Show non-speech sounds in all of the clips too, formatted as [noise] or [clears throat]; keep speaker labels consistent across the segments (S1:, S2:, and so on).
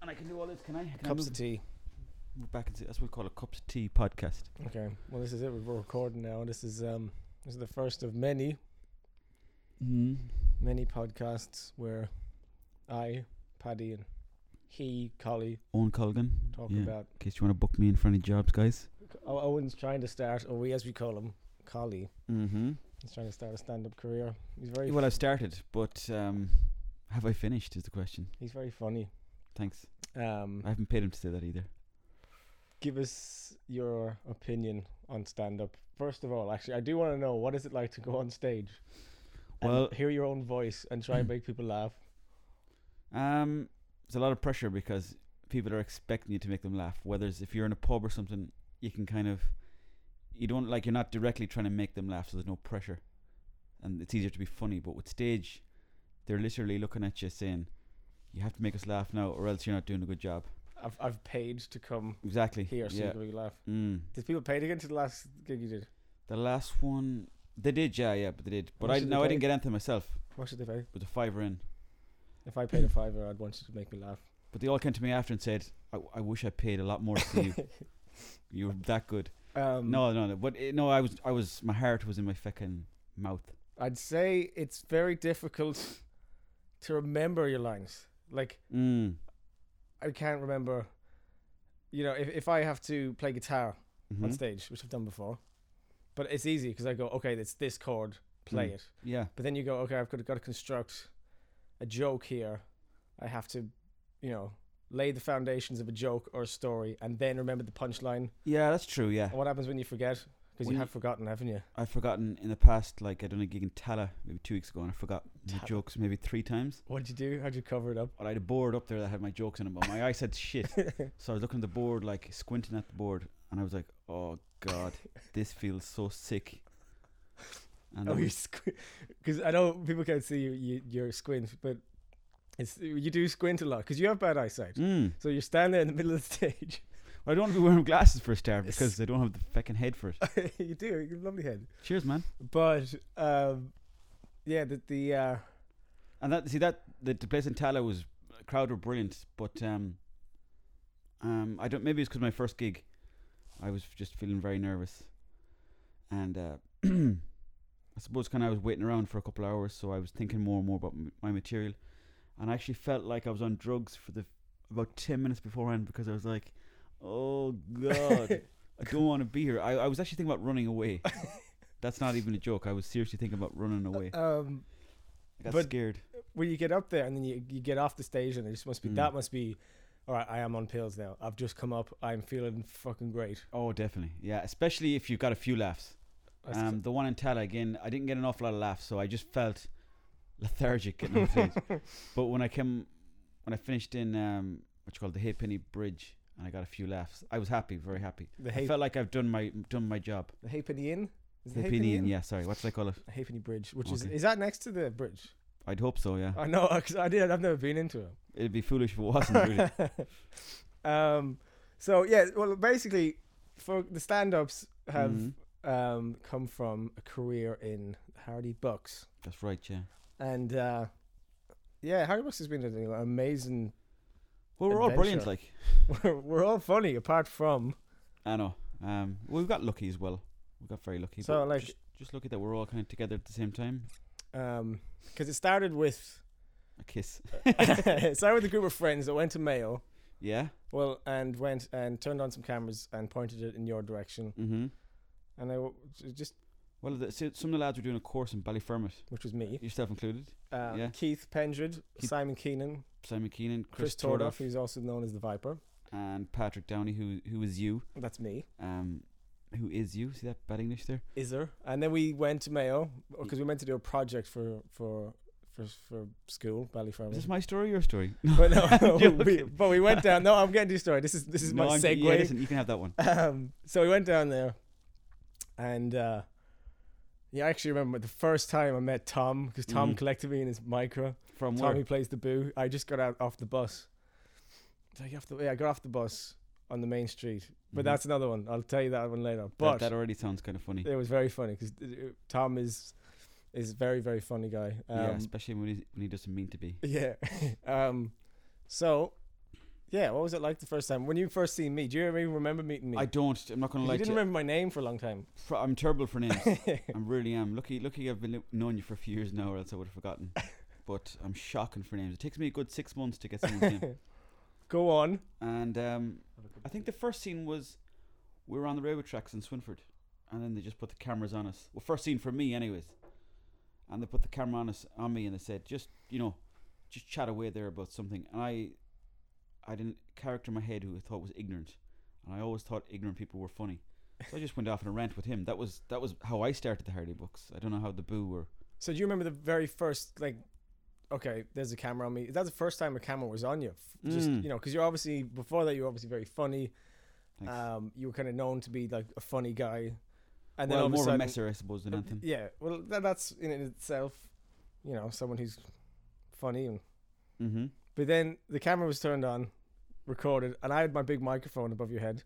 S1: and I can do all this. Can I? Can I
S2: Cups
S1: move,
S2: of tea.
S1: move back into that's what we call a cups of tea podcast.
S2: Okay. Well, this is it. We're recording now. This is um, this is the first of many,
S1: Mm.
S2: many podcasts where I, Paddy, and he, Collie,
S1: Owen Colgan.
S2: talk
S1: yeah.
S2: about.
S1: In case you want to book me in front of jobs, guys.
S2: O- Owen's trying to start, or we, as we call him, Collie,
S1: Mm-hmm.
S2: he's trying to start a stand-up career. He's very,
S1: Well, I've started, but um, have I finished? Is the question.
S2: he's very funny.
S1: Thanks.
S2: Um,
S1: I haven't paid him to say that either.
S2: give us your opinion on stand-up. First of all, actually, I do want to know what is it like to go on stage. and
S1: Well-
S2: hear your own voice and try
S1: [laughs]
S2: and make people laugh.
S1: Um, it's a lot of pressure because people are expecting you to make them laugh. Whether it's if you're in a pub or something, you can kind of, you don't like you're not directly trying to make them laugh, so there's no pressure, and it's easier to be funny. But with stage, they're literally looking at you saying, "You have to make us laugh now, or else you're not doing a good job."
S2: I've I've paid to come
S1: Exactly.
S2: here so
S1: yeah.
S2: you can make me laugh.
S1: Mm.
S2: Did people pay to get into the last gig you did?
S1: The last one they did, yeah, yeah, but they did. But
S2: much
S1: I
S2: did they
S1: no, I
S2: pay?
S1: didn't get anything myself.
S2: What should they pay?
S1: But the fiver in.
S2: If I paid a fiver, I'd want you to make me laugh.
S1: But they all came to me after and said, "I, I wish I paid a lot more to see
S2: [laughs]
S1: you. you were that good."
S2: Um,
S1: No, no, no. But uh, no, I was, I was, my heart was in my fucking mouth.
S2: I'd say it's very difficult to remember your lines. Like
S1: Mm.
S2: I can't remember. You know, if if I have to play guitar on
S1: Mhm.
S2: stage, which I've done before, but it's easy because I go, okay, it's this chord, play
S1: Mm.
S2: it.
S1: Yeah.
S2: But then you go, okay, I've got to, got to construct a joke here. I have to, you know, lay the foundations of a joke or a story, and then remember the punchline.
S1: Yeah, that's true. Yeah,
S2: And what happens when you forget? Because
S1: When
S2: you
S1: you-
S2: have forgotten, haven't you?
S1: I've forgotten in the past. Like I done a gig in Tala maybe two weeks ago, and I forgot my
S2: Tala.
S1: jokes maybe three times.
S2: What did you do? How'd you cover it up?
S1: But I had a board up there that had my jokes in it, but my eyes said [laughs] shit. So I was looking at the board, like squinting at the board, and I was like, "Oh God, this feels so sick." And
S2: oh, [laughs]
S1: that
S2: you
S1: was-
S2: squint. Because I know people can't see you, you your squint, but it's you do squint a lot because you have bad eyesight.
S1: Mm.
S2: So you're standing there in the middle of the stage. [laughs]
S1: I don't want to be wearing glasses for a start because I don't have the fucking head for it.
S2: you do. You have a lovely head.
S1: Cheers, man.
S2: But um, yeah, the the uh,
S1: And that see that the, the place in Tala was uh, crowd were brilliant, but um, um, I don't maybe it's because my first gig, I was just feeling very nervous, and uh, [clears throat] I suppose kind of I was waiting around for a couple hours, so I was thinking more and more about m- my material, and I actually felt like I was on drugs for the about ten minutes beforehand because I was like, oh god, I don't want to be here. I, I was actually thinking about running away. That's not even a joke. I was seriously thinking about running away.
S2: um,
S1: I got
S2: but-
S1: scared.
S2: when you get up there and then you, you get off the stage and it just must be
S1: Mm.
S2: that must be all right i am on pills now i've just come up i'm feeling fucking great
S1: Oh, definitely. Yeah, especially if you've got a few laughs.
S2: I s-
S1: Um, the one in Tala again, I didn't get an awful lot of laughs, so I just felt lethargic getting on
S2: [laughs]
S1: stage. But when I came, when I finished in um, what you call the Halfpenny Bridge, and I got a few laughs, I was happy, very happy.
S2: the,
S1: I
S2: hay,
S1: felt like I've done my done my job.
S2: the halfpenny inn is it
S1: Halfpenny Inn, yeah. Sorry, what's I call it?
S2: The halfpenny bridge which is
S1: Okay.
S2: is that next to the bridge
S1: I'd hope so. Yeah,
S2: i know 'cause i did i've never been into it
S1: it'd be foolish if it wasn't. Really.
S2: um so yeah well basically for the stand-ups [laughs] have
S1: Mhm.
S2: um come from a career in hardy bucks
S1: That's right, yeah.
S2: and uh yeah hardy bucks has been an amazing [laughs]
S1: Well, we're all brilliant,
S2: Adventure.
S1: like
S2: we're, we're all funny apart from
S1: I know. Um, well, we've got lucky as well. We got very lucky.
S2: So,
S1: but
S2: like-
S1: just, just lucky that we're all kind of together at the same time.
S2: um because it started with [laughs]
S1: A kiss.
S2: it started with a group of friends that went to Mayo
S1: Yeah.
S2: well and went and turned on some cameras and pointed it in your direction
S1: Mm-hmm.
S2: and I w- j- just
S1: Well, the, so some of the lads were doing a course in Ballyfermot,
S2: which was me
S1: yourself included.
S2: um,
S1: Yeah.
S2: Keith Pendred
S1: Keith-
S2: Simon Keenan
S1: Simon Keenan, Chris,
S2: Chris, Tordoff
S1: Tordoff,
S2: who's also known as the Viper
S1: and Patrick Downey, who who is you,
S2: that's me
S1: um, who is you? See that bad English there?
S2: Izzer and then we went to Mayo because we meant to do a project for for for, for school Ballyfermot
S1: Is this my story or your story?
S2: [laughs]
S1: [laughs]
S2: but no [laughs] we,
S1: Joking.
S2: but we went down no I'm getting to your story this is this is
S1: [laughs] No,
S2: my
S1: I'm-
S2: segue
S1: Yeah, listen, you can have that one.
S2: um, so we went down there, and uh, yeah, I actually remember the first time I met Tom because Tom
S1: Mhm.
S2: collected me in his micro.
S1: From
S2: Tommy
S1: where?
S2: plays the boo. I just got out off the bus. So I, got off the, yeah, I got off the bus on the main street, but
S1: Mhm.
S2: that's another one. I'll tell you that one later. But
S1: that, that already sounds kind of funny.
S2: it was very funny because Tom is is a very very funny guy.
S1: yeah,
S2: Um, [laughs]
S1: especially when he when he doesn't mean to be.
S2: yeah. um, so Yeah, what was it like the first time when you first seen me? Do you even remember meeting me?
S1: I don't. I'm not going to
S2: you
S1: lie
S2: didn't
S1: to you.
S2: remember my name for a long time.
S1: Fr- I'm terrible for names. I really am. Lucky, lucky I've been li- knowing you for a few years now, or else I would have forgotten. But I'm shocking for names. It takes me a good six months to get someone's name.
S2: Go on.
S1: And um, I think the first scene was we were on the railway tracks in Swinford, and then they just put the cameras on us. Well, first scene for me, anyways. And they put the camera on us on me, and they said, "Just you know, just chat away there about something." And I, I didn't character in my head who I thought was ignorant, and I always thought ignorant people were funny. So I just went off on a rant with him. That was that was how I started the Hardy books. I don't know how the Boo were.
S2: So do you remember the very first like? Okay, there's a camera on me. Is that the first time a camera was on you? F- Just
S1: Mm.
S2: you know, because you're obviously before that you were obviously very funny.
S1: Thanks.
S2: Um, you were kind of known to be like a funny guy,
S1: well,
S2: and then
S1: more
S2: all of a sudden, Uh,
S1: messer, I suppose, than anything.
S2: yeah. Well, that, that's in it itself, you know, someone who's funny and
S1: Mm-hmm.
S2: But then the camera was turned on, recorded, and I had my big microphone above your
S1: [laughs]
S2: head.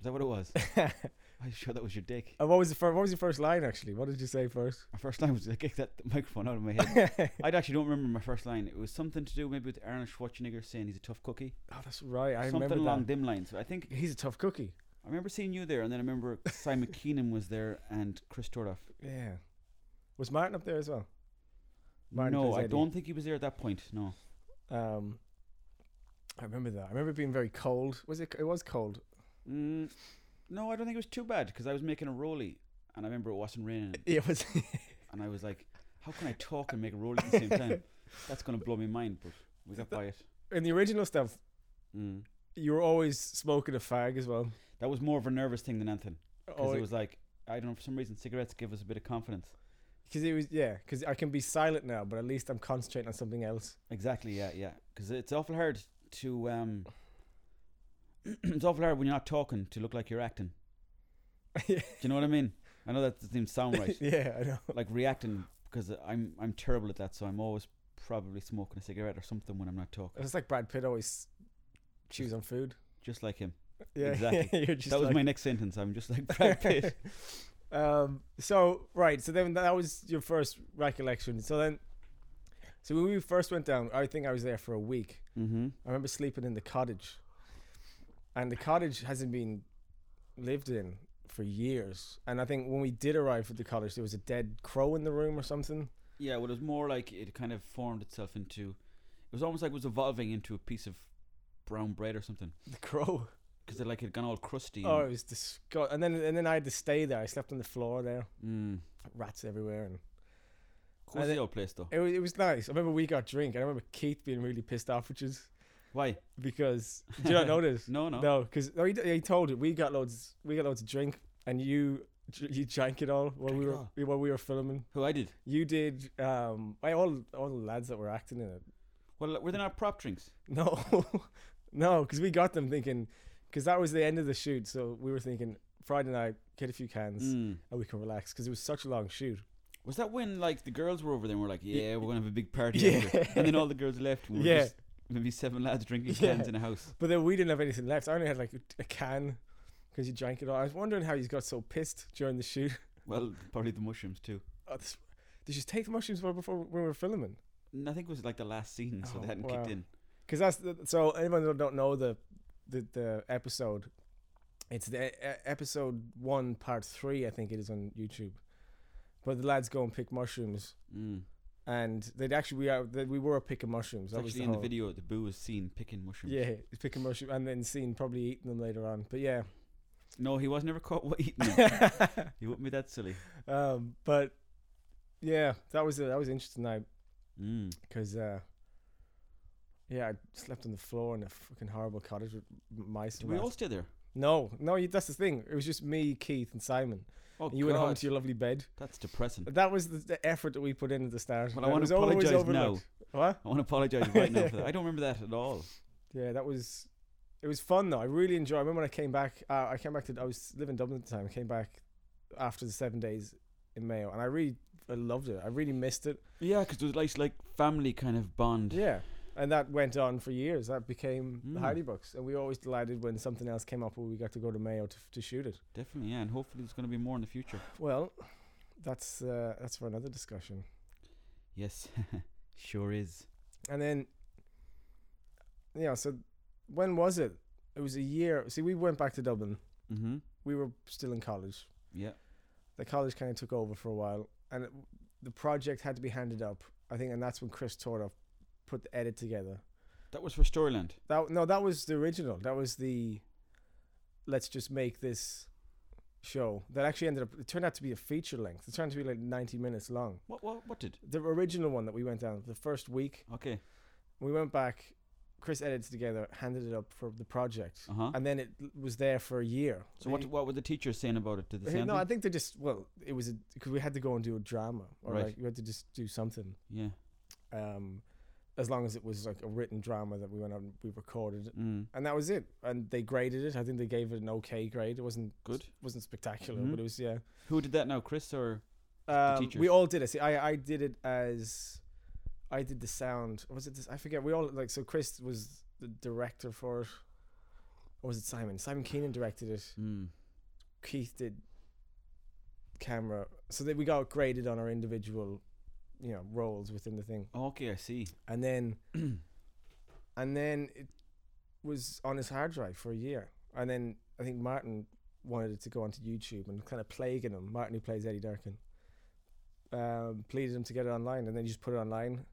S1: Is that what it was? [laughs]
S2: and
S1: I'm sure that was your dick.
S2: what was the first? What was your first line actually? What did you say first?
S1: My first time was I kicked that microphone out of my head.
S2: [laughs]
S1: I actually don't remember my first line. It was something to do maybe with Arnold Schwarzenegger saying he's a tough cookie.
S2: oh, that's right. I
S1: something
S2: remember
S1: along
S2: that.
S1: them lines. So I think
S2: He's a tough cookie.
S1: I remember seeing you there, and then I remember
S2: [laughs]
S1: Simon Keenan was there and Chris Tordoff.
S2: Yeah. Was Martin up there as well? Martin
S1: no,
S2: plays
S1: I
S2: Eddie.
S1: don't think he was there at that point. No,
S2: Um, I remember that. I remember it being very cold. Was it? It was cold.
S1: mm, no, I don't think it was too bad because I was making a rolly, and I remember it wasn't raining,
S2: [laughs] It was.
S1: and I was like, "How can I talk and make a rolly at the same time?
S2: [laughs]
S1: That's gonna blow my mind." But we got by it.
S2: In the original stuff,
S1: Mm.
S2: you were always smoking a fag as well.
S1: That was more of a nervous thing than anything because
S2: Oh,
S1: it was like I don't know for some reason cigarettes give us a bit of confidence.
S2: because it was yeah. Because I can be silent now, but at least I'm concentrating on something else. [laughs]
S1: Exactly. Yeah. Yeah. Because it's awful hard to um. [clears throat] it's awful hard when you're not talking to look like you're acting.
S2: Yeah.
S1: Do you know what I mean? I know that doesn't even sound [laughs] right.
S2: yeah, I know.
S1: like reacting because I'm I'm terrible at that, so I'm always probably smoking a cigarette or something when I'm not talking.
S2: It's like Brad Pitt always chews on food. [laughs]
S1: Just like him.
S2: Yeah,
S1: Exactly.
S2: [laughs] You're just
S1: that was
S2: like-
S1: my next sentence. I'm just [laughs] like Brad Pitt.
S2: [laughs] um, so right, so then that was your first recollection. So then, so when we first went down, I think I was there for a week.
S1: mm-hmm.
S2: I remember sleeping in the cottage, and the cottage hasn't been lived in for years. And I think when we did arrive at the cottage, there was a dead crow in the room or something.
S1: Yeah. Well, it was more like it kind of formed itself into. It was almost like it was evolving into a piece of brown bread or something
S2: The crow.
S1: because it like had gone all crusty.
S2: Oh, it
S1: and-
S2: was disgusting. And then and then I had to stay there. I slept on the floor there.
S1: mm.
S2: Rats everywhere and.
S1: Cozy
S2: then-
S1: old place though.
S2: It was, it was nice. I remember we got drink. and I remember Keith being really pissed off, which is
S1: Why?
S2: because do
S1: [laughs]
S2: you not know this?
S1: No, no.
S2: No, because no, he, d- he told it. We got loads. We got loads of drink, and you dr- you drank it all while
S1: Drank
S2: we
S1: it
S2: were
S1: all.
S2: while we were filming.
S1: Who I did?
S2: You did. Um, I all all the lads that were acting in it. [laughs]
S1: Well, were they not prop drinks?
S2: No, [laughs] no, because we got them thinking because that was the end of the shoot. So we were thinking Friday night, get a few cans,
S1: Mm.
S2: and we can relax because it was such a long shoot.
S1: Was that when like the girls were over there and we're like, yeah, we're gonna have a big party,
S2: Yeah.
S1: after. and then all the girls left. And we were
S2: Yeah.
S1: just maybe seven lads drinking
S2: Yeah.
S1: cans in a house.
S2: But then we didn't have anything left. I only had like a- a can because you drank it all. I was wondering how you got so pissed during the shoot. [laughs]
S1: Well, probably the mushrooms too.
S2: Oh, this, did you take the mushrooms before, before when we were filming?
S1: And I think it was like the last scene, so
S2: Oh,
S1: they hadn't
S2: wow.
S1: kicked in.
S2: Because that's the, so anyone that don't know the the, the episode, it's the e- episode one, part three. I think it is on YouTube. But the lads go and pick mushrooms,
S1: Mm.
S2: and they'd actually we are that we were picking mushrooms.
S1: It's
S2: That was
S1: actually in the
S2: whole-
S1: video. The boo was seen picking mushrooms.
S2: Yeah, picking mushrooms and then seen probably eating them later on. But
S1: [laughs]
S2: yeah, [laughs]
S1: No, he was never caught [laughs] wa- eating them. he wouldn't be that silly.
S2: um, but yeah, that was a, that was an interesting night.
S1: Mm.
S2: Because, uh, yeah, I slept on the floor in a fucking horrible cottage with m- mice.
S1: Did
S2: and
S1: we
S2: rats.
S1: all stay there?
S2: No, no, you, that's the thing. It was just me, Keith, and Simon.
S1: Oh,
S2: you went home
S1: God,
S2: to your lovely bed.
S1: That's depressing.
S2: That was the, the effort that we put in at the start.
S1: Well, I
S2: and it
S1: wanna
S2: was always
S1: apologise
S2: overlooked. What?
S1: I want to apologize right now for that. I don't remember that at
S2: [laughs]
S1: all.
S2: Yeah, that was. It was fun though. I really enjoyed. I remember when I came back. Uh, I came back to. I was living in Dublin at the time. I came back after the seven days in Mayo, and I really, I loved it. I really missed it.
S1: Yeah, because it was like like family kind of bond.
S2: Yeah, and that went on for years. That became the
S1: Mm.
S2: Hardy Books, and we were always delighted when something else came up where we got to go to Mayo to, to shoot it.
S1: Definitely, yeah, and hopefully there's going to be more in the future.
S2: Well, that's uh, that's for another discussion. [laughs]
S1: Yes, sure is.
S2: And then, yeah, so when was it? It was a year. See, we went back to Dublin.
S1: Mm-hmm.
S2: We were still in college.
S1: Yeah.
S2: The college kind of took over for a while, and it, the project had to be handed up. I think, and that's when Chris Tordoff put the edit together.
S1: That was for Storyland.
S2: That no, that was the original. That was the let's just make this show. That actually ended up. It turned out to be a feature length. It turned out to be like ninety minutes long.
S1: What what what did?
S2: The original one that we went down the first week,
S1: Okay.
S2: we went back. Chris edited together, handed it up for the project,
S1: Uh huh.
S2: and then it was there for a year.
S1: So what what were the teachers saying about it? Did they say
S2: Hey, No, I
S1: anything?
S2: think they just well, it was because we had to go and do a drama, or
S1: Right.
S2: like you had to just do something.
S1: Yeah.
S2: Um, as long as it was like a written drama that we went out and we recorded,
S1: Mm.
S2: and that was it. And they graded it. I think they gave it an okay grade. It wasn't
S1: Good.
S2: wasn't spectacular,
S1: Mhm.
S2: but it was yeah.
S1: Who did that now, Chris or?
S2: Um,
S1: teachers.
S2: we all did it. See, I I did it as I did the sound. Was it this? I forget. We all like so. Chris was the director for it, or was it Simon? Simon Keenan directed it.
S1: Mm.
S2: Keith did camera. So that we got graded on our individual, you know, roles within the thing,
S1: Okay, I see.
S2: and then and then it was on his hard drive for a year, and then I think Martin wanted it to go onto YouTube and kind of plaguing him. Martin, who plays Eddie Durkin, um, pleaded him to get it online, and then he just put it online.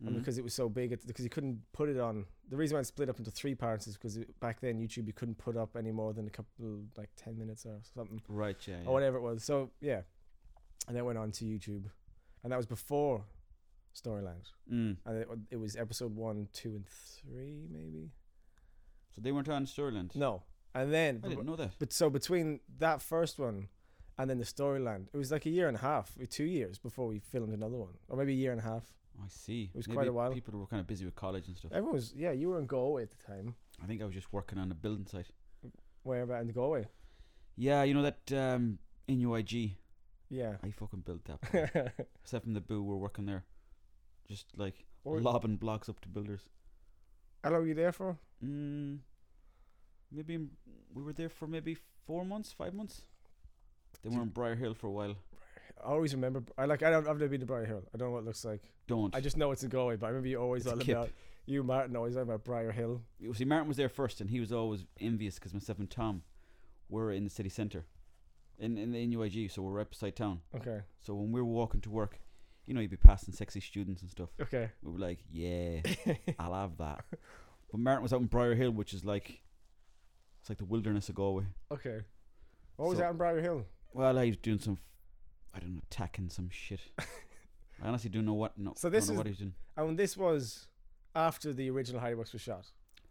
S2: And
S1: Mhm.
S2: because it was so big, it, because he couldn't put it on. The reason why it split up into three parts is because back then YouTube you couldn't put up any more than a couple like ten minutes or something
S1: right, yeah. yeah.
S2: or whatever it was. So yeah, and then went on to YouTube, and that was before Storyland,
S1: Mm.
S2: and it, it was episode one, two, and three maybe.
S1: So they weren't on Storyland.
S2: No, and then
S1: I didn't know that.
S2: but so between that first one and then the Storyland, it was like a year and a half, or two years before we filmed another one, or maybe a year and a half.
S1: Oh, I see.
S2: It was
S1: Maybe
S2: quite a while.
S1: People were kind of busy with college and stuff.
S2: Everyone was yeah, you were in Galway at the time.
S1: I think I was just working on a building site.
S2: Where about in Galway?
S1: Yeah, you know that um, in UIG,
S2: Yeah. [laughs]
S1: I fucking built that. place.
S2: what
S1: Except from the boo, we're working there, just like
S2: Or-
S1: lobbing blocks up to builders.
S2: how long were you there for?
S1: Mm, maybe m- we were there for maybe four months, five months. They
S2: Do-
S1: were in Briar Hill for a while.
S2: I always remember. I like. I don't. I've never been to Briar Hill. I don't know what it looks like.
S1: Don't.
S2: I just know it's in Galway, but I remember you always
S1: It's a
S2: all
S1: kip.
S2: about you, Martin, always all about Briar Hill.
S1: You see, Martin was there first, and he was always envious because myself and Tom were in the city centre, in in the NUIG, so we're right beside town.
S2: Okay,
S1: So when we were walking to work, you know, you'd be passing sexy students and stuff. [laughs]
S2: okay.
S1: We were like, yeah, I'll have
S2: [laughs]
S1: that. But Martin was out in Briar Hill, which is like, it's like the wilderness of Galway. [laughs]
S2: Okay. What was
S1: So-
S2: that in Briar Hill?
S1: Well, I was doing some, I don't know, attacking some
S2: [laughs]
S1: shit. I honestly don't know what. No,
S2: So this
S1: don't know
S2: is-
S1: what he was doing.
S2: And this was after the original Hideworks was shot.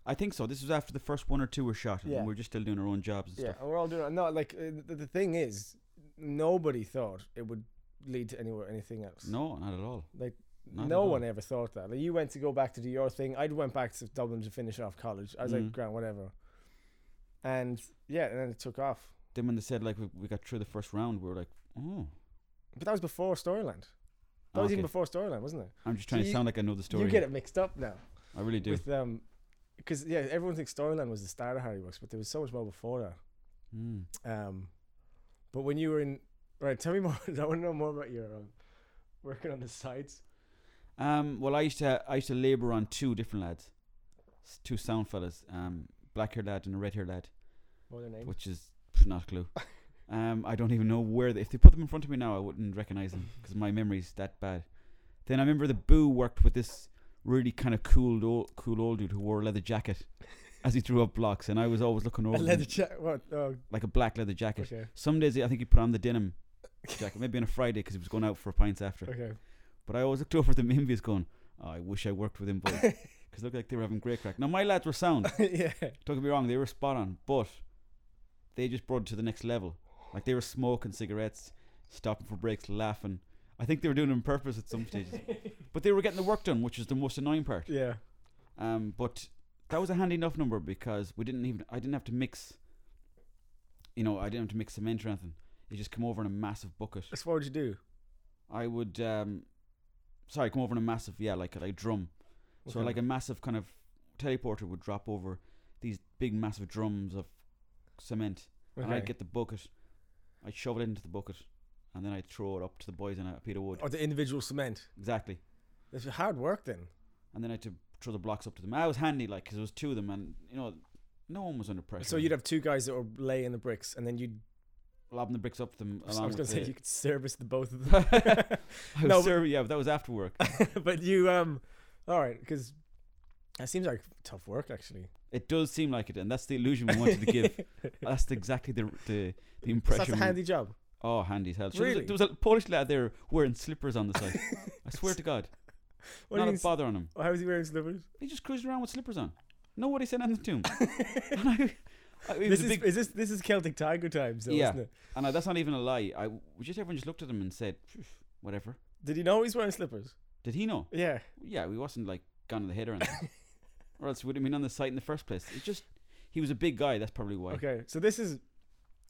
S1: I think so. This was after the first one or two were shot, and
S2: Yeah.
S1: we were just still doing our own jobs and
S2: Yeah,
S1: stuff.
S2: and we're all doing it. No, like uh, the, the thing is, nobody thought it would lead to anywhere anything else.
S1: No, not at all.
S2: Like
S1: Not at
S2: no
S1: all.
S2: one ever thought that. Like you went to go back to do your thing. I went back to Dublin to finish off college. I was like,
S1: Mm.
S2: grand, whatever. And yeah, and then it took off.
S1: Then when they said like we, we got through the first round, we were like, oh,
S2: But that was before Storyland. That was
S1: okay.
S2: even before Storyland, wasn't it?
S1: I'm just
S2: So
S1: trying to
S2: you-
S1: sound like I know the story.
S2: You get it mixed up now.
S1: I really do.
S2: With um, because yeah, everyone thinks Storyland was the start of Harry Books, but there was so much more before
S1: Mm.
S2: that. Um, but when you were in, right? Tell me more. [laughs] I want to know more about your um, working on the sites.
S1: Um, well, I used to I used to labour on two different lads, S- two sound fellas, um, black haired lad and a red haired lad,
S2: What were their names?
S1: which is pff, not a
S2: [laughs]
S1: clue. Um, I don't even know where they, if they put them in front of me now, I wouldn't recognise them because my memory's that bad. Then I remember the boo worked with this really kind of cool old, cool old dude who wore a leather
S2: [laughs]
S1: jacket as he threw up blocks, and I was always looking over
S2: A
S1: him,
S2: leather jacket. What? Oh,
S1: like a black leather jacket.
S2: okay.
S1: Some days I think he put on the denim jacket, maybe on a Friday because he was going out for pints after.
S2: [laughs] Okay. [laughs]
S1: But I always looked over at [laughs] them envious going, oh, I wish I worked with him,
S2: [laughs]
S1: boys. Because it looked like they were having great crack. Now, my lads were sound.
S2: yeah.
S1: Don't get me wrong, they were spot on. But they just brought it to the next level. Like, they were smoking cigarettes, stopping for breaks, laughing. I think they were doing it on purpose at some stages. but they were getting the work done, which is the most annoying part.
S2: Yeah.
S1: Um, but that was a handy enough number because we didn't even I didn't have to mix. You know, I didn't have to mix cement or anything. You just come over in a massive bucket.
S2: That's what would you do?
S1: I would, um, sorry, come over in a massive yeah, like like drum. So
S2: Okay.
S1: like a massive kind of teleporter would drop over these big massive drums of cement, and I'd
S2: Okay.
S1: get the bucket, I'd shove it into the bucket, and then I'd throw it up
S2: Oh.
S1: to the boys in a peter wood.
S2: or the individual cement.
S1: Exactly,
S2: It's hard work then.
S1: and then I had to throw the blocks up to them. I was handy, like, because there was two of them, and you know, no one was under pressure.
S2: So you'd have two guys that were laying the bricks, and then you'd.
S1: lobbing the bricks up to them.
S2: I
S1: along
S2: was gonna
S1: with
S2: say
S1: the-
S2: you could service the both of them,
S1: [laughs]
S2: [laughs]
S1: I [laughs] was
S2: No, but-
S1: sorry, yeah, but that was after
S2: [laughs]
S1: work.
S2: but you um, all right, because that seems like tough work actually.
S1: It does seem like it, and that's the illusion we wanted to
S2: [laughs]
S1: give. That's the- exactly the the, the impression.
S2: that's a
S1: we-
S2: handy job.
S1: oh, handy as hell. Sure,
S2: Really?
S1: There, was a, there was a Polish lad there wearing slippers on the side. I swear
S2: [laughs]
S1: to God,
S2: What do
S1: not
S2: you
S1: a
S2: mean?
S1: bother on him.
S2: How is he wearing slippers?
S1: He just cruised around with slippers on. Nobody said anything
S2: [laughs]
S1: to him. [laughs] and I, I, it was
S2: This
S1: a
S2: is,
S1: big,
S2: is this this is Celtic Tiger times, though,
S1: Yeah.
S2: isn't it?
S1: and I, that's not even a lie. I we just everyone just looked at him and said, "Phew, whatever.
S2: Did he know he's wearing slippers?
S1: Did he know?
S2: Yeah.
S1: Yeah, we wasn't like gone on the head or
S2: [laughs]
S1: anything, or else would have been on the site in the first place. It just he was a big guy. That's probably why.
S2: Okay. So this is,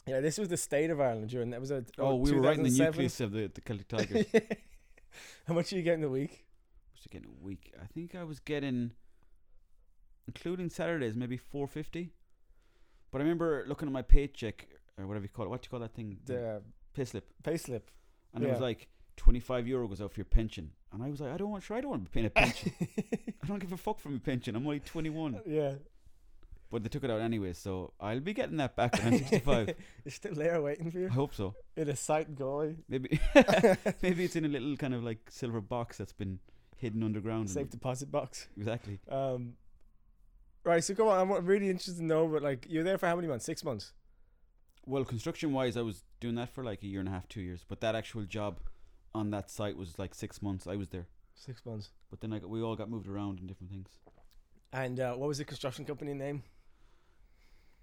S2: yeah, this was the state of Ireland during that was a
S1: Oh, we were right in the
S2: 2007?
S1: nucleus of the, the Celtic
S2: [laughs]
S1: Tigers.
S2: How much are you getting a week?
S1: was it getting a week? I think I was getting, including Saturdays, maybe four fifty. But I remember looking at my paycheck or whatever you call it. What do you call that thing?
S2: The uh,
S1: pay slip. [laughs]
S2: pay slip.
S1: And it was
S2: Yeah.
S1: like twenty five euro goes out for your pension. And I was like, I don't want. Sure, I don't want to be paying a pension. I don't give a fuck from a pension. I'm only twenty one.
S2: [laughs] yeah.
S1: But they took it out anyway, so I'll be getting that back when I'm sixty
S2: [laughs]
S1: five.
S2: It's still there waiting for
S1: I [laughs]
S2: you
S1: hope so.
S2: in a sight Galway.
S1: [laughs] Maybe maybe it's in a little kind of like silver box that's been hidden underground.
S2: Safe deposit box.
S1: Exactly.
S2: Um, right. So go on. I'm really interested to know, but like, you're there for how many months? Six months.
S1: Well, construction wise, I was doing that for like a year and a half, two years. But that actual job on that site was like six months. I was there,
S2: Six months.
S1: but then I got, we all got moved around and different things.
S2: And uh, what was the construction company name?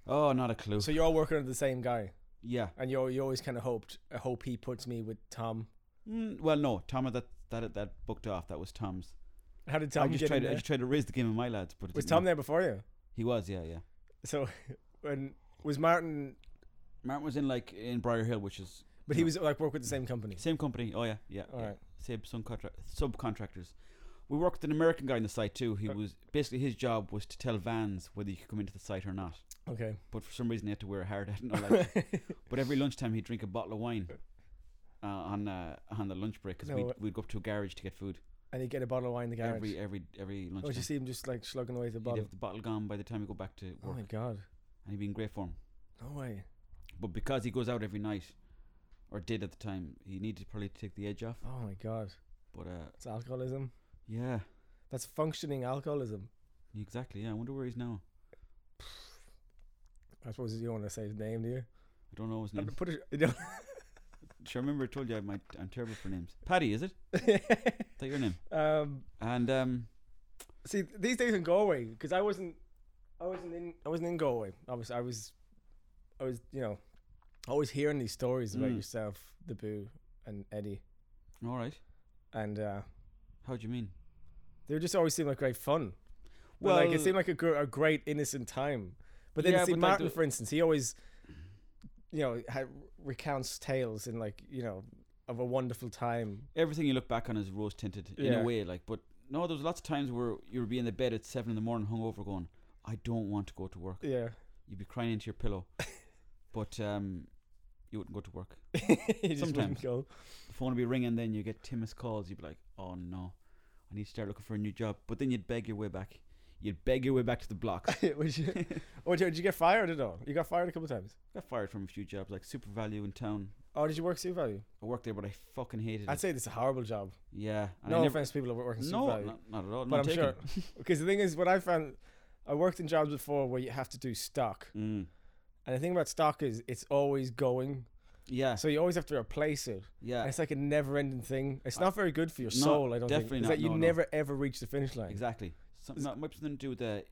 S1: Oh, not a clue.
S2: So you're all working under the same guy,
S1: yeah.
S2: and you you always kind of hoped. I hope he puts me with Tom.
S1: Mm, well, no, Tom had that that that booked off. That was Tom's.
S2: How did Tom
S1: I just
S2: get in
S1: tried. I
S2: there?
S1: just tried to raise the game of my lads, but it
S2: Was
S1: didn't
S2: Tom
S1: work.
S2: there before you?
S1: He was. Yeah, yeah.
S2: So [laughs] when was Martin?
S1: Martin was in like in Briar Hill, which is
S2: But he was like work with the same company.
S1: same company. Oh yeah, yeah.
S2: All
S1: yeah.
S2: right.
S1: Same subcontract subcontractors. We worked with an American guy on the site too. He
S2: Uh,
S1: was basically his job was to tell vans whether you could come into the site or not.
S2: Okay.
S1: But for some reason, he had to wear a hard hat and all that.
S2: [laughs]
S1: But every lunchtime he'd drink a bottle of wine uh, on uh, on the lunch break because
S2: No way.
S1: we'd, we'd go up to a garage to get food
S2: and he'd get a bottle of wine in the garage.
S1: every every every
S2: or did
S1: lunchtime.
S2: you see him just like slugging away at the
S1: he'd
S2: bottle?
S1: have the bottle gone by the time we go back to
S2: Oh
S1: work,
S2: my god!
S1: and he'd be in great form.
S2: No way.
S1: But because he goes out every night, or did at the time, he needed probably to take the edge off.
S2: Oh my god!
S1: But uh,
S2: It's alcoholism.
S1: yeah,
S2: That's functioning alcoholism.
S1: exactly. Yeah, I wonder where he's now.
S2: I suppose you don't want to say his name, do you?
S1: I don't know his
S2: I'm [laughs]
S1: name.
S2: gonna Put it. You know,
S1: Sure, remember I told you I might, I'm terrible for names. Paddy, is it? Is that your name?
S2: [laughs] um,
S1: And um,
S2: see, these days in Galway, because I wasn't, I wasn't in, I wasn't in Galway. I was, I was, I was, you know, always hearing these stories about
S1: Mm.
S2: yourself, the Boo, and Eddie,
S1: all right.
S2: and uh,
S1: How do you mean?
S2: they just always seemed like great fun. Well, like it
S1: Well-
S2: seemed like a, gr- a great innocent time. But then
S1: Yeah,
S2: see
S1: but, like,
S2: Martin,
S1: the-
S2: for instance, he always, you know, ha- recounts tales and like you know of a wonderful time.
S1: everything you look back on is rose tinted in
S2: Yeah.
S1: a way. Like, but no, there was lots of times where you would be in the bed at seven in the morning, hungover, going, "I don't want to go to work."
S2: Yeah,
S1: You'd be crying into your pillow, but um, you wouldn't go to work.
S2: [laughs] he just
S1: Sometimes.
S2: wouldn't go. [laughs]
S1: The phone would be ringing, then you get Tim's calls. You'd be like, "Oh no, I need to start looking for a new job." But then you'd beg your way back. You'd beg your way back to the blocks.
S2: [laughs] Would you?
S1: [laughs]
S2: Or did did you get fired at all? You got fired a couple times.
S1: Got fired from a few jobs, like Super Value in town.
S2: Oh, did you work Super Value?
S1: I worked there, but I fucking hated
S2: I'd
S1: it.
S2: say this is a horrible job.
S1: Yeah, and
S2: no
S1: I never.
S2: offense, to people who work in Super
S1: No,
S2: Value,
S1: not, not at all.
S2: but
S1: not
S2: I'm
S1: taken.
S2: sure [laughs] because the thing is, what I found, I worked in jobs before where you have to do stock,
S1: Mm.
S2: and the thing about stock is it's always going,
S1: Yeah,
S2: so you always have to replace it. And
S1: yeah,
S2: it's like a never-ending thing. It's
S1: I-
S2: not very good for your
S1: No,
S2: soul. I don't
S1: definitely
S2: think. It's
S1: not,
S2: like you
S1: no, no.
S2: never ever reach the finish line.
S1: Exactly. Something that might be something to do with the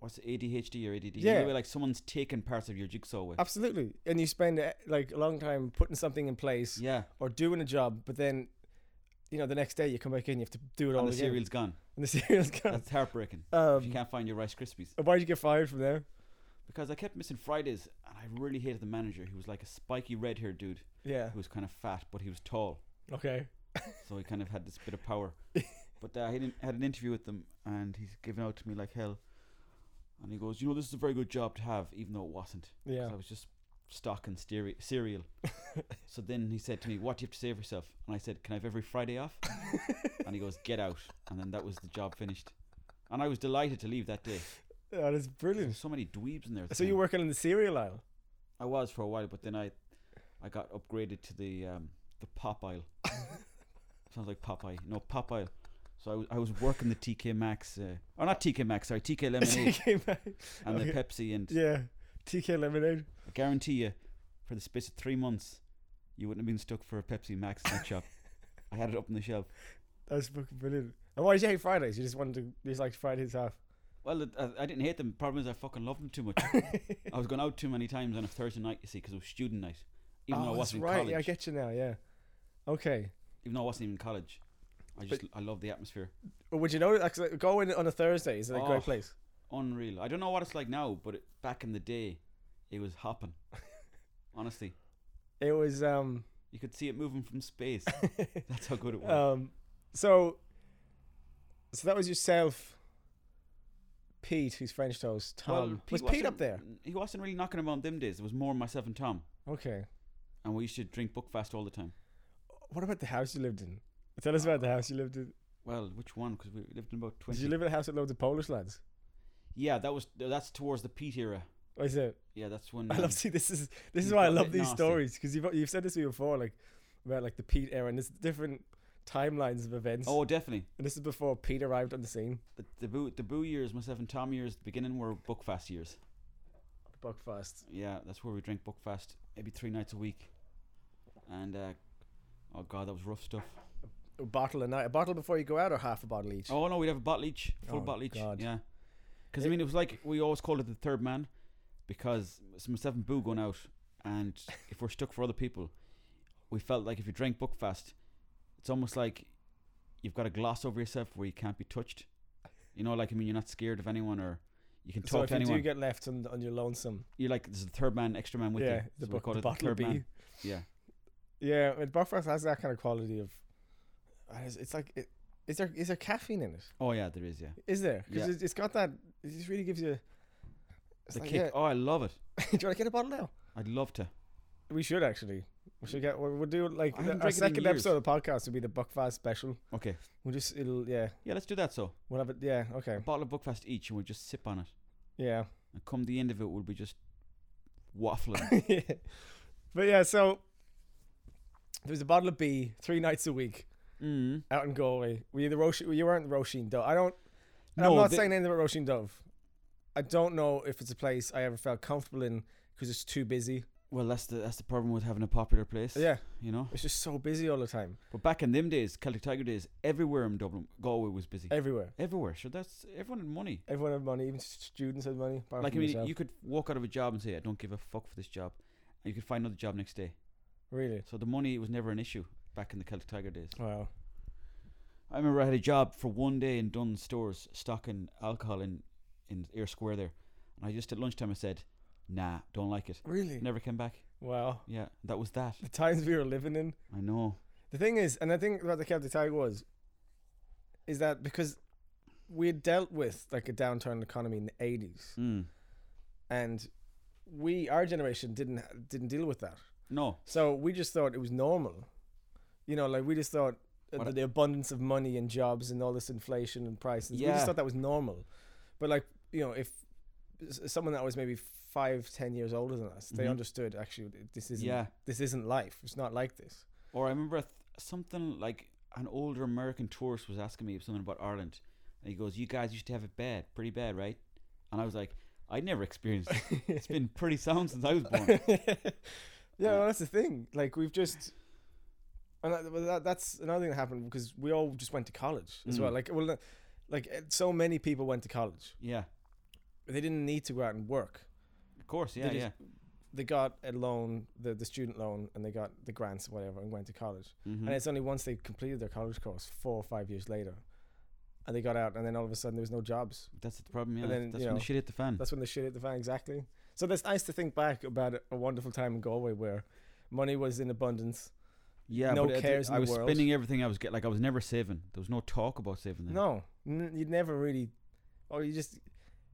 S1: what's it, ADHD or ADD.
S2: Yeah.
S1: Yeah. like someone's taken parts of your jigsaw away.
S2: Absolutely, and you spend eh, like a long time putting something in place
S1: Yeah.
S2: or doing a job, but then, you know, the next day you come back in, you have to do it all
S1: And the
S2: again.
S1: cereal's
S2: [laughs]
S1: gone.
S2: And the cereal's gone.
S1: That's heartbreaking. if you
S2: Um,
S1: can't find your Rice Krispies.
S2: why'd you get fired from there?
S1: Because I kept missing Fridays and I really hated the manager. He was like a spiky red haired dude
S2: Yeah.
S1: who was kind of fat, but he was tall.
S2: Okay.
S1: So he kind of had this bit of
S2: [laughs]
S1: power. but uh, I had an- had an interview with them and he's giving out to me like hell. And he goes, You know, this is a very good job to have, even though it wasn't. 'Cause
S2: Yeah.
S1: I was just stock and stere-
S2: [laughs]
S1: cereal. so then he said to me, "What do you have to say for yourself?" And I said, "Can I have every Friday off?" and he goes, "Get out." And then that was the job finished. and I was delighted to leave that day.
S2: That
S1: There's
S2: is Oh, brilliant.
S1: so many dweebs in there. at the
S2: So you
S1: time.
S2: were working in the cereal aisle.
S1: I was for a while, but then I, I got upgraded to the um, the pop
S2: [laughs]
S1: aisle. Sounds like Popeye. No, pop aisle. So I was, I was working the TK Maxx, uh, or not TK Maxx, sorry, TK
S2: [laughs]
S1: Lemonade
S2: TK back.
S1: and the
S2: Okay.
S1: Pepsi. And
S2: Yeah. TK lemonade.
S1: I guarantee you, for the space of three months, you wouldn't have been stuck for a Pepsi Max in that shop. I had it up on the shelf.
S2: That's fucking brilliant. And why did you hate Fridays? You just wanted to you just like Fridays off.
S1: Well, it- I, I didn't hate them. Problem is, I fucking loved them too
S2: [laughs]
S1: much. I was going out too many times on a Thursday night, you see, because it was student night. Even
S2: oh,
S1: though I
S2: that's
S1: wasn't
S2: right.
S1: in
S2: Yeah, I
S1: college,
S2: get you now. Yeah. Okay.
S1: even though I wasn't even in college, I just I love the atmosphere.
S2: But would you know? Like, going on a Thursday is a
S1: Oh.
S2: great place.
S1: unreal. I don't know what it's like now, but it, back in the day, it was
S2: [laughs]
S1: hopping. Honestly,
S2: It was um
S1: you could see it moving from
S2: [laughs]
S1: space. That's how good it was.
S2: um so so that was yourself, Pete, who's French toast. Tom
S1: Well,
S2: was Pete
S1: wasn't-
S2: up there?
S1: He wasn't really knocking about them days. It was more myself and Tom,
S2: Okay.
S1: and we used to drink Bookfast all the time.
S2: What about the house you lived in? Tell
S1: Uh,
S2: us about the house you lived in.
S1: Well, which one? Because we lived in about
S2: Did
S1: twenty.
S2: you live in a house with loads of Polish lads?
S1: yeah, that was that's towards the Pete era.
S2: Or is it?
S1: Yeah, that's when.
S2: I
S1: um,
S2: love see this is this is
S1: You've
S2: why I
S1: got a
S2: love
S1: bit
S2: these
S1: nasty.
S2: stories because you've you've said this to me before like about like the Pete era and there's different timelines of events.
S1: oh, definitely.
S2: and this is before Pete arrived on the scene.
S1: The, the boo the boo years, myself and Tom years, the beginning were Bookfast years.
S2: Buckfast.
S1: Yeah, that's where we drink Buckfast maybe three nights a week. And uh, oh god, that was rough stuff.
S2: A bottle a night, a bottle before you go out, or half a bottle each.
S1: Oh no, we'd have a bottle each, full
S2: Oh,
S1: bottle each.
S2: God.
S1: Yeah, because I
S2: It-
S1: mean, it was like we always called it the third man, because it's myself and Boo going out, and [laughs] if we're stuck for other people, we felt like if you drank Buckfast, it's almost like you've got a gloss over yourself where you can't be touched. You know, like I mean, you're not scared of anyone, or you can talk
S2: so if
S1: to
S2: you
S1: anyone.
S2: do get left on, on your lonesome,
S1: you're like this is the third man, extra man with
S2: yeah,
S1: you.
S2: the,
S1: So we
S2: buck-
S1: call
S2: the
S1: it the
S2: bottle of
S1: third man.
S2: B.
S1: Yeah.
S2: Yeah, but Buckfast has that kind of quality of. uh, It's, it's like it, is there is there caffeine in it?
S1: Oh yeah, there is yeah.
S2: Is there? Because
S1: Yeah.
S2: it, it's got that. It just really gives you. [laughs] It's
S1: the
S2: like,
S1: kick.
S2: yeah.
S1: Oh, I love it.
S2: do you want to get a bottle now?
S1: I'd love to.
S2: We should actually. We should get. We'll, we'll do like
S1: I haven't
S2: our
S1: drank it in
S2: second
S1: years.
S2: episode of the podcast will be the Buckfast special.
S1: Okay.
S2: We'll just it'll yeah.
S1: Yeah, let's do that. So
S2: We'll have it yeah okay
S1: a bottle of Buckfast each, and we'll just sip on it.
S2: yeah. [laughs]
S1: And come the end of it, we'll be just
S2: [coughs]
S1: waffling.
S2: But yeah, so there was a bottle of B three nights a week
S1: mm.
S2: out in Galway. Were you the Roshi? You weren't the Roisin Dove. I don't. And I'm
S1: No,
S2: not
S1: the-
S2: saying anything about Roisin Dove. I don't know if it's a place I ever felt comfortable in because it's too busy.
S1: Well, that's the that's the problem with having a popular place.
S2: Yeah,
S1: You know.
S2: it's just so busy all the time,
S1: But back in them days, Celtic Tiger days, everywhere in Dublin, Galway was busy.
S2: everywhere.
S1: everywhere. So that's everyone had money.
S2: Everyone had money, even students had money. apart
S1: Like I
S2: from
S1: mean,
S2: yourself.
S1: you could walk out of a job and say, "I don't give a fuck for this job," and you could find another job next day.
S2: really.
S1: So the money was never an issue back in the Celtic Tiger days.
S2: Wow.
S1: I remember I had a job for one day in Dunn stores stocking alcohol in in Air Square there, and I just at lunchtime I said, "Nah, don't like it."
S2: Really?
S1: Never came back.
S2: Wow.
S1: Yeah, that was that.
S2: The times we were living in.
S1: I know.
S2: The thing is, and I think about the Celtic Tiger was, is that because we had dealt with like a downturn economy in the eighties,
S1: Mm.
S2: and we our generation didn't didn't deal with that,
S1: No,
S2: so we just thought it was normal, you know, like we just thought
S1: What
S2: the,
S1: I-
S2: the abundance of money and jobs and all this inflation and prices, we
S1: Yeah.
S2: just thought that was normal, but like you know if s- someone that was maybe five ten years older than us they
S1: Mhm.
S2: understood actually this isn't
S1: Yeah.
S2: this isn't life it's not like this
S1: or I remember a th- something like an older American tourist was asking me something about Ireland, and he goes, "You guys used to have it bad, pretty bad, right?" And I was like, "I never experienced it. [laughs]
S2: [laughs]
S1: It's been pretty sound since I was born."
S2: yeah, well, that's the thing. Like we've just, and that, well, that, that's another thing that happened because we all just went to college as well.
S1: Mm.
S2: Like, well, like eh, so many people went to college.
S1: Yeah,
S2: They didn't need to go out and work.
S1: of course. Yeah,
S2: just-
S1: yeah.
S2: They got a loan, the the student loan, and they got the grants, or whatever, and went to college.
S1: Mhm.
S2: And it's only once they completed their college course, four or five years later, and they got out, and then all of a sudden there was no jobs.
S1: That's the problem. Yeah,
S2: and then,
S1: that's
S2: you
S1: when
S2: know,
S1: the shit hit the fan.
S2: That's when the shit hit the fan exactly. So that's nice to think back about a wonderful time in Galway where money was in abundance.
S1: Yeah,
S2: no
S1: but I did-
S2: cares
S1: I
S2: in the
S1: was
S2: world.
S1: spending everything I was get. Like I was never saving. There was no talk about saving. Then.
S2: No, n- you'd never really, or you just,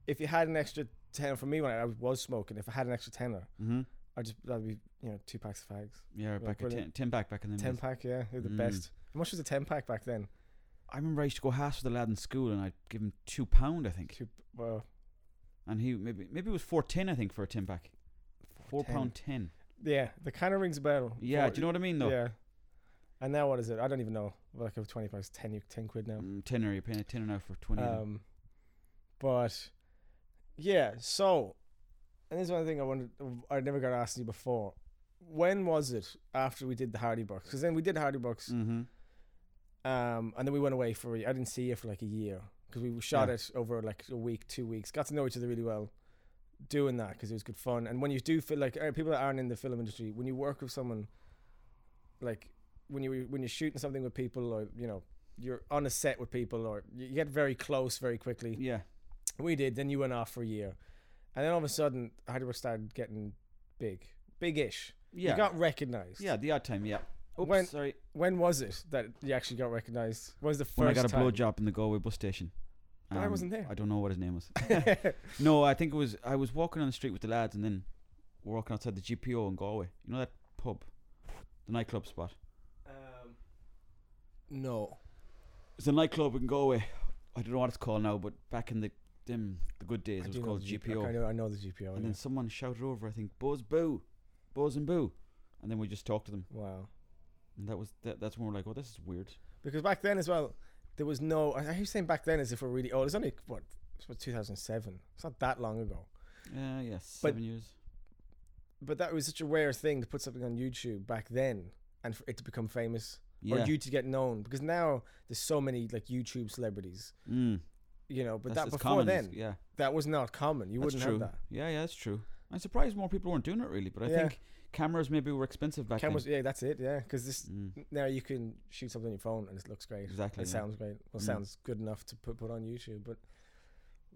S2: if you had an extra tenner for me when I was smoking, if I had an extra tenner,
S1: Mm-hmm.
S2: I'd just that'd be you know two packs of fags,
S1: Yeah, back at
S2: brilliant.
S1: ten, ten back back in the
S2: ten pack, yeah, they're the
S1: Mm.
S2: best. How much was a ten pack back then?
S1: I remember I used to go halves with a lad in school, and I'd give him two pound, I think,
S2: Two- well,
S1: and he maybe maybe it was four ten, I think, for a tin pack. Four
S2: ten.
S1: pound ten.
S2: yeah, the kind of rings a bell.
S1: Yeah,
S2: For-
S1: do you know what I mean though?
S2: Yeah. And now what is it? I don't even know. Like a twenty pounds, 10, you- 10 quid now.
S1: Mm, tenner, you're paying a tenner now for twenty. of them.
S2: Um, but yeah, so and this is one thing I wondered. I never got asked you before. When was it after we did the Hardy Box? Because then we did Hardy Box,
S1: Mhm. Mm.
S2: um, and then we went away for. a- I didn't see you for like a year because we shot
S1: Yeah.
S2: it over like a week, two weeks. Got to know each other really well doing that because it was good fun. And when you do feel like uh, people that aren't in the film industry, when you work with someone, like when you when you're shooting something with people, or you know you're on a set with people, or you you get very close very quickly.
S1: Yeah.
S2: We did. Then you went off for a year, and then all of a sudden, Heidelberg started getting big, big-ish.
S1: Yeah.
S2: You got recognized.
S1: yeah. The odd time. Yeah. Oops,
S2: When-
S1: sorry.
S2: When was it that you actually got recognized? When was the first
S1: When I got a
S2: time?
S1: blowjob in the Galway bus station. Um,
S2: I wasn't there.
S1: I don't know what his name
S2: [laughs]
S1: was. [laughs]
S2: blowjob?
S1: No, I think it was I was walking on the street with the lads, and then we're walking outside the GPO in Galway. You know that pub, the nightclub spot.
S2: um, no.
S1: It's a nightclub in Galway. I don't know what it's called now, but back in the them the good days,
S2: I
S1: it was
S2: do know
S1: called
S2: the G-
S1: GPO.
S2: okay, I know, I know the GPO.
S1: and
S2: yeah.
S1: then someone shouted over, I think, "Buzz boo, buzz and boo," and then we just talked to them,
S2: Wow.
S1: and that was that, that's when we're like, "Oh, this is weird."
S2: Because back then as well, there was no. I I keep saying back then as if we're really old. It's only what. It's what 2007. It's not that long ago.
S1: Uh, yes,
S2: But-
S1: seven years.
S2: But that was such a rare thing to put something on YouTube back then, and for it to become famous.
S1: Yeah,
S2: or you to get known because now there's so many like YouTube celebrities,
S1: mm,
S2: you know. But
S1: that's-
S2: that
S1: it's
S2: before
S1: common, it's-
S2: then,
S1: yeah,
S2: that was not common. You
S1: that's
S2: wouldn't
S1: true.
S2: have that.
S1: Yeah, yeah, that's true. I'm surprised more people weren't doing it really, but I
S2: Yeah.
S1: think cameras maybe were expensive back
S2: Cameras, yeah, that's it, yeah. Because this
S1: then. Mm.
S2: now you can shoot something on your phone and it looks great.
S1: Exactly.
S2: It
S1: yeah.
S2: sounds great. Well,
S1: Mm.
S2: sounds good enough to put put on YouTube. But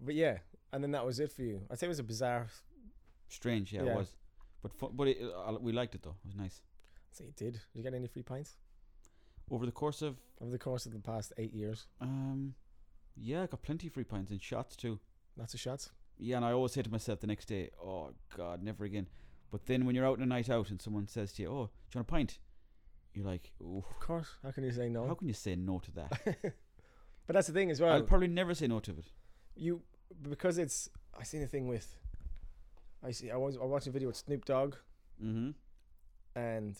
S2: but yeah, and then that was it for you. I'd say it was a bizarre.
S1: strange. Yeah,
S2: Yeah.
S1: it was. But fu- but it, uh, we liked it though. It was nice.
S2: I'd say you did. Did you get any free pints
S1: Over the course of
S2: over the course of the past eight years?
S1: um, yeah, I got plenty of free pints and shots too.
S2: Lots of shots.
S1: Yeah, and I always say to myself the next day, oh God, never again. But then when you're out on a night out and someone says to you, oh, do you want a pint? You're like, oh,
S2: Of course. How can you say no?
S1: how can you say no to that?
S2: but that's the thing as Oh. [laughs] well.
S1: I'll probably never say no to it.
S2: you because it's I seen a thing with I see I was I watched a video with Snoop Dogg
S1: Mm-hmm.
S2: and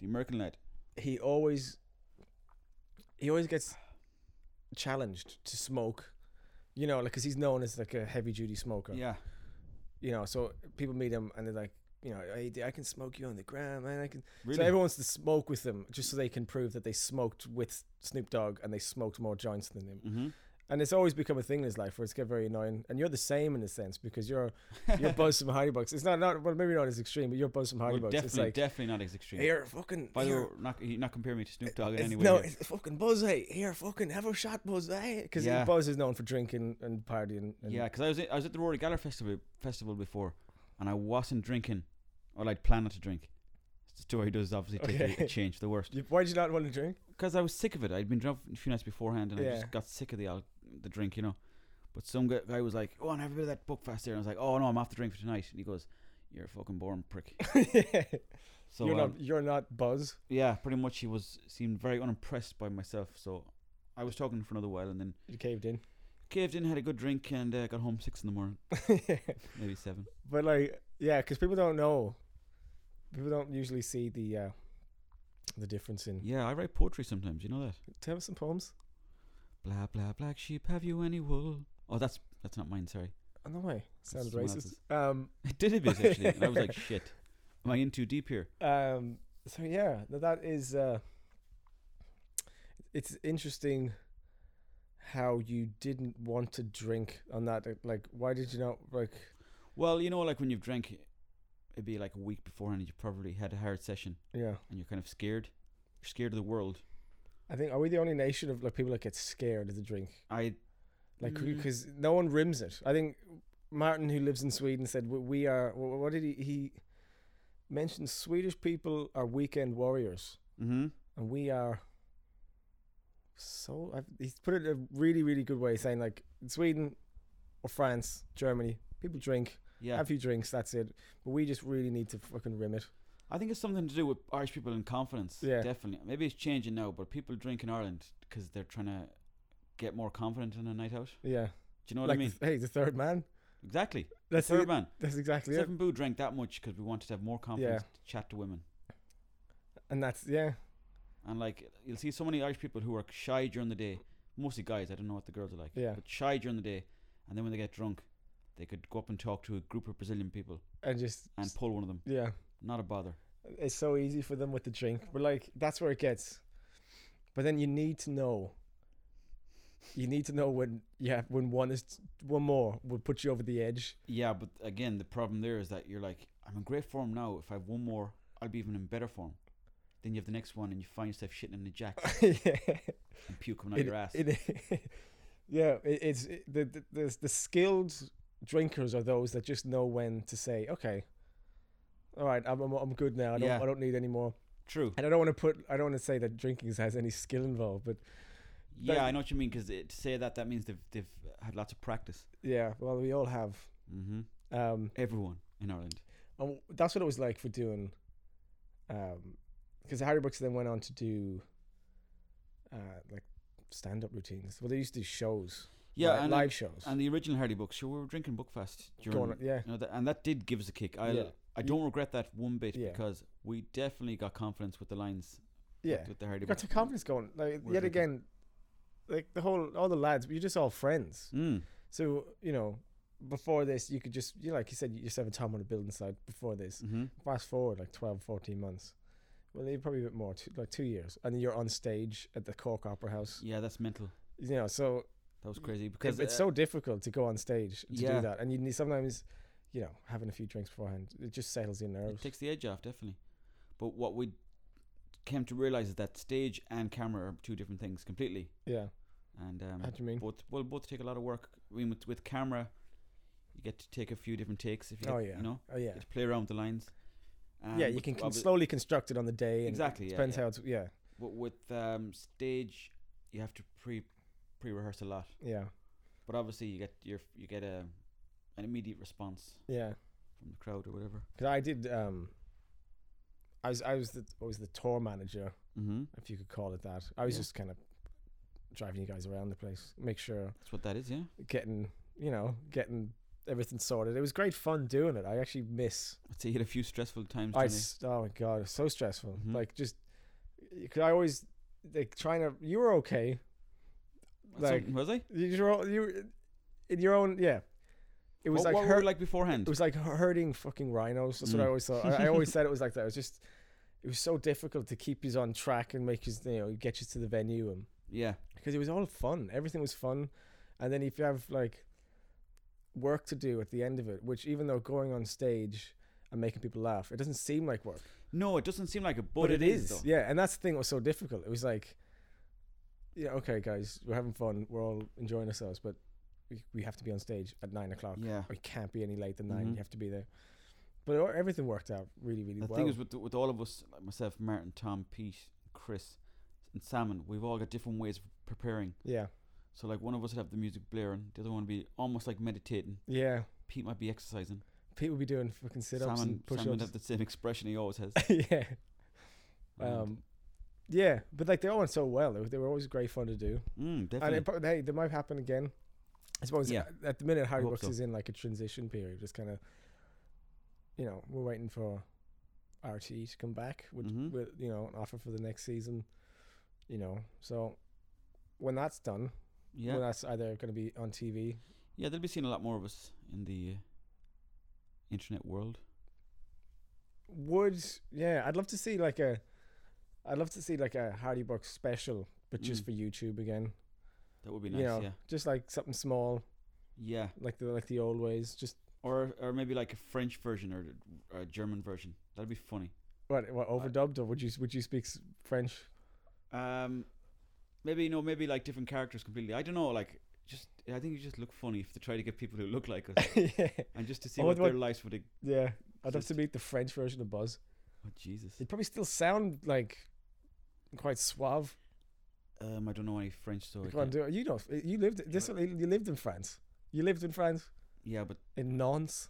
S1: The American lad.
S2: he always he always gets challenged to smoke you know like because he's known as like a heavy duty smoker
S1: Yeah.
S2: you know so people meet him and they're like you know hey, I can smoke you on the gram man I can
S1: Really?
S2: so everyone wants to smoke with them just so they can prove that they smoked with Snoop Dogg and they smoked more joints than him
S1: mm-hmm.
S2: and it's always become a thing in his life where it's get very annoying and you're the same in a sense because you're your buzz from Hardy Bucks. It's not not well, maybe not as extreme, but your buzz from Hardy
S1: [laughs] well,
S2: Bucks. It's
S1: definitely,
S2: like
S1: definitely not as extreme.
S2: here, fucking.
S1: By the way,
S2: here,
S1: we're not, you're not comparing me to Snoop Dogg in
S2: it's-
S1: any way.
S2: no,
S1: here.
S2: it's fucking Buzz. Hey, here, fucking have a shot, Buzz. Hey, because
S1: Yeah.
S2: Buzz is known for drinking and partying. And
S1: Yeah, 'cause I was at, I was at the Rory Gallagher festival festival before, and I wasn't drinking, or I'd planned not to drink. The story does obviously take a-
S2: Okay.
S1: a change, the worst.
S2: You- why did you not want to drink? [laughs]
S1: Because I was sick of it. I'd been drunk a few nights beforehand, and I
S2: Yeah.
S1: just got sick of the al- the drink, you know. But some gu- guy was like, "Oh, and have a bit of that book fast there," and I was like, "Oh no, I'm off the drink for tonight." And he goes, "You're a fucking boring
S2: [laughs]
S1: prick." So um,
S2: you're not. You're not Buzz.
S1: yeah, pretty much he was seemed very unimpressed by myself. So I was talking for another while, and then
S2: You caved in. [laughs]
S1: caved in, had a good drink, and uh, got home six in the morning, maybe seven.
S2: but like, yeah, because people don't know. People don't usually see the uh, the difference in.
S1: Yeah, I write poetry sometimes. You know that.
S2: Tell us some poems.
S1: Blah blah black sheep, have you any wool? Oh, that's that's not mine. Sorry, [laughs]
S2: Oh, no way. Sounds
S1: someone
S2: racist.
S1: else's.
S2: Um,
S1: I did a bit actually, and I was like, shit, am I in too deep here?
S2: um so yeah th- that is uh it's interesting how you didn't want to drink on that uh, like why did you not like
S1: Well, you know, like when you've drank, it'd be like a week beforehand. You probably had a hard session,
S2: yeah
S1: and you're kind of scared. You're scared of the world.
S2: i think are we the only nation of like people that get scared of the drink
S1: I
S2: like
S1: Mm.
S2: because no one rims it i think martin who lives in sweden said "W- we are wh- what did he he mentioned swedish people are weekend warriors
S1: mm-hmm.
S2: and we are so I've, he's put it a really really good way saying like in sweden or france germany people drink
S1: yeah.
S2: have a few drinks that's it but we just really need to fucking rim it
S1: I think it's something to do with Irish people and confidence.
S2: Yeah.
S1: definitely. Maybe it's changing now, but people drink in Ireland because they're trying to get more confident in a night out. Do
S2: Yeah.
S1: you know what
S2: like,
S1: I mean?
S2: Hey, the third man.
S1: Exactly.
S2: That's
S1: Third
S2: it.
S1: man.
S2: That's exactly it.
S1: Seven Boo drank that much because we wanted to have more confidence to chat to women.
S2: And that's yeah.
S1: And like you'll see so many Irish people who are shy during the day, mostly guys. I don't know what the girls are like,
S2: Yeah.
S1: but shy during the day, and then when they get drunk, they could go up and talk to a group of Brazilian people
S2: And just
S1: and pull one of them.
S2: yeah.
S1: Not a bother.
S2: It's so easy for them with the drink. But like that's where it gets. But then you need to know. You need to know when yeah when one is one more would put you over the edge. [laughs]
S1: Yeah, but again, the problem there is that you're like, I'm in great form now. If I have one more, I'll be even in better form. Then you have the next one, and you find yourself shitting in the jack
S2: [laughs] yeah.
S1: and puke coming out
S2: It-
S1: your ass.
S2: it- [laughs] yeah, it, it's it, the, the the the skilled drinkers are those that just know when to say, okay, all right, I'm I'm, I'm good now. I don't
S1: Yeah.
S2: I don't need any more.
S1: True.
S2: And I don't want to put I don't want to say that drinking has any skill involved, but
S1: Yeah, I know what you mean. Because to say that, that means they've they've had lots of practice.
S2: yeah, well, we all have.
S1: Mm-hmm.
S2: Um,
S1: Everyone in Ireland.
S2: and that's what it was like for doing, um, because Harry Brooks then went on to do, uh, like stand up routines. Well, they used to do shows,
S1: Yeah,
S2: li-
S1: and
S2: live shows.
S1: And the original Hardy books, sure, we were drinking Bookfast during,
S2: Going- yeah,
S1: you know, that, and that did give us a kick. I
S2: Yeah.
S1: I don't regret that one bit
S2: Yeah.
S1: because we definitely got confidence with the lines. with-
S2: yeah.
S1: with, the Hardy
S2: You got
S1: books.
S2: your confidence going. Like
S1: Where's
S2: yet
S1: it?
S2: again, like the whole all the lads, you're just all friends.
S1: Mm.
S2: So you know, before this, you could just you know, like you said, you just have a Tom on a building site. Before this,
S1: hmm
S2: fast forward like 12, 14 months. Well, maybe probably a bit more, two, like two years, and you're on stage at the Cork Opera House.
S1: Yeah, that's mental.
S2: You know, so
S1: That was crazy because
S2: because it's
S1: uh,
S2: so difficult to go on stage to
S1: yeah.
S2: do that, and you need sometimes, you know, having a few drinks beforehand, it just settles your
S1: it
S2: nerves.
S1: takes the edge off definitely. But what we came to realize is that stage and camera are two different things completely,
S2: Yeah,
S1: and um,
S2: how do you mean?
S1: both well both take a lot of work. I mean, with, with camera, you get to take a few different takes if you,
S2: Oh
S1: get-
S2: yeah,
S1: you know,
S2: oh yeah,
S1: you get to play around with the lines. Um,
S2: yeah. You
S1: with-
S2: can con-
S1: obvi-
S2: slowly construct it on the day. And
S1: Exactly, yeah,
S2: Depends
S1: yeah.
S2: how it's yeah,
S1: But with um, stage, you have to pre pre rehearse a lot.
S2: yeah,
S1: But obviously, you get your you get a an immediate response
S2: yeah.
S1: from the crowd or whatever.
S2: Because I did. Um, I was I was the I was the tour manager,
S1: Mm-hmm.
S2: if you could call it that. I was
S1: Yeah.
S2: just kind of driving you guys around the place, make sure
S1: That's what that is, yeah.
S2: getting you know getting everything sorted. It was great fun doing it. I actually miss.
S1: I'd say you had a few stressful times.
S2: I
S1: didn't you?
S2: s- oh my god, it's so stressful.
S1: Mhm.
S2: Like just because I always like trying to. You were okay.
S1: That's
S2: like,
S1: something, was I?
S2: You were all- you were in your own yeah. It was
S1: what,
S2: like
S1: what
S2: her-
S1: were we like beforehand.
S2: It was like herding fucking rhinos. That's what I
S1: Mm.
S2: always thought. I, I always said it was like that. It was just, it was so difficult to keep you on track and make you, you know, get you to the venue. And
S1: yeah,
S2: because it was all fun, everything was fun. And then if you have like work to do at the end of it, which even though going on stage and making people laugh, it doesn't seem like work,
S1: no, it doesn't seem like it, but,
S2: but, it is.
S1: though.
S2: yeah, and that's the thing that was so difficult. It was like, yeah, okay, guys, we're having fun, we're all enjoying ourselves, but we, we have to be on stage at nine o'clock.
S1: Yeah.
S2: I can't be any late than 9
S1: Mhm.
S2: You have to be there. But o- everything worked out really, really
S1: The
S2: well.
S1: thing is with with all of us, like myself, Martin, Tom, Pete, Chris, and Salmon, we've all got different ways of preparing.
S2: yeah,
S1: So like one of us would have the music blaring, the other one would be almost like meditating.
S2: yeah.
S1: Pete might be exercising.
S2: People be doing fucking sit-ups
S1: Salmon,
S2: and push-ups.
S1: Salmon would have the same expression he always has.
S2: yeah,
S1: And-
S2: [laughs]
S1: mm,
S2: um, yeah. But like they all went so well. They, were- they were always great fun to do.
S1: Mm,
S2: And
S1: definitely.
S2: it, prob- hey, they might happen again. I suppose
S1: Yeah.
S2: at- at the minute Harry
S1: hope
S2: Brooks
S1: so.
S2: is in like a transition period. Just kind of, you know, we're waiting for RT to come back with,
S1: Mhm.
S2: with you know an offer for the next season. You know, so when that's done,
S1: yeah,
S2: Well, that's either going to be on TV.
S1: yeah, they'll be seeing a lot more of us in the uh, internet world.
S2: Would yeah, I'd love to see like a, I'd love to see like a Hardy Bucks special, but just
S1: Mm.
S2: for YouTube again.
S1: That would be nice.
S2: you know,
S1: yeah,
S2: just like something small,
S1: yeah,
S2: like the like the old ways. Just
S1: or or maybe like a French version or a German version. That'd be funny.
S2: what what overdubbed or would you would you speak s- French?
S1: [laughs] Um, maybe you know, maybe like different characters completely. I don't know. Like, just I think you just look funny if they try to get people who look like us,
S2: [laughs] yeah,
S1: and just to see
S2: Oh,
S1: what
S2: what-
S1: their lives would. Oh
S2: yeah. I'd love to
S1: Just-
S2: meet the French version of Buzz.
S1: Jesus.
S2: It'd probably still sound like quite suave.
S1: Um, I don't know any French, so I
S2: Go on,
S1: can't-
S2: do it. You know, uh, you lived this. You lived in France. You lived in France
S1: yeah, but
S2: in Nantes,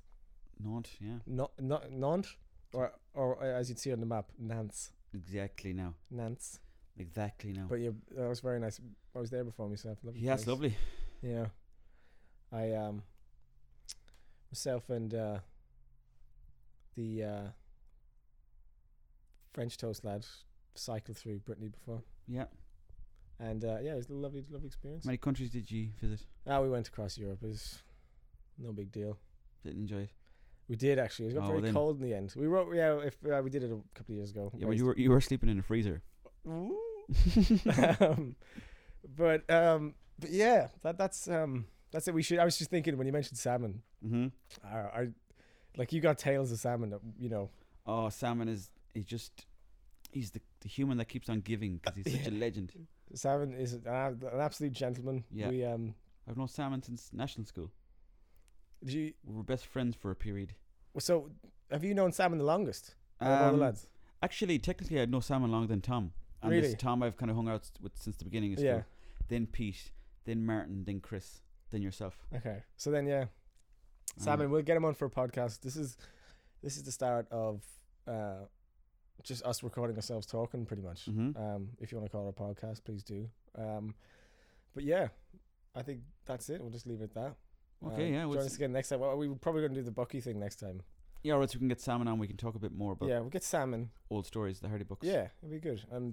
S1: Nantes. Yeah,
S2: not not Nantes, or or uh, as you'd see on the map, Nantes.
S1: exactly. Now
S2: Nance.
S1: Exactly now.
S2: But yeah, that was very nice. I was there before myself. Lovely
S1: yeah, it's
S2: place.
S1: lovely.
S2: Yeah. I um myself and uh the uh French toast lad cycled through Brittany before.
S1: Yeah.
S2: And uh yeah, it was a lovely lovely experience.
S1: How many countries did you visit?
S2: Ah, we went across Europe, it was no big deal.
S1: Didn't enjoy it.
S2: We did actually. It got
S1: Oh,
S2: very
S1: then-
S2: cold in the end. We wrote yeah, if uh, we did it a couple of years ago.
S1: Yeah, but you were you were sleeping in a freezer.
S2: [laughs] um, but um but yeah, that that's um that's it. We should I was just thinking when you mentioned salmon,
S1: Mm-hmm.
S2: are, are like you got tails of salmon that you know
S1: Oh, Salmon is he just he's the, the human that keeps on giving because [laughs] he's such a legend.
S2: salmon is an, ab- an absolute gentleman
S1: Yeah.
S2: we um
S1: I've known Salmon since national school.
S2: do you,
S1: We were best friends for a period.
S2: so have you known salmon the longest out of all
S1: Um,
S2: the lads
S1: Actually, technically, I know Salmon longer than Tom. And
S2: Really?
S1: this Tom I've kind of hung out s- with since the beginning of school.
S2: Yeah.
S1: Then Pete, then Martin, then Chris, then
S2: [laughs]
S1: yourself.
S2: okay so then yeah
S1: Um,
S2: salmon we'll get him on for a podcast this is this is the start of uh just us recording ourselves talking pretty much
S1: mhm.
S2: um if you want to call it a podcast please do um but yeah i think that's it we'll just leave it at that
S1: Okay,
S2: Um,
S1: yeah, we'll
S2: join
S1: s-
S2: us again next time well, we we're probably going to do the bucky thing next time
S1: Yeah, or else we can get Salmon on. We can talk a bit more about
S2: yeah we'll get salmon
S1: old stories, the Hardy books.
S2: Yeah, it'd be good. I'm,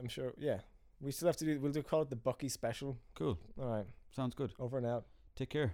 S2: I'm sure. Yeah, we still have to do. We'll do call it the Bucky special.
S1: Cool.
S2: All right,
S1: Sounds good.
S2: over and out.
S1: Take care.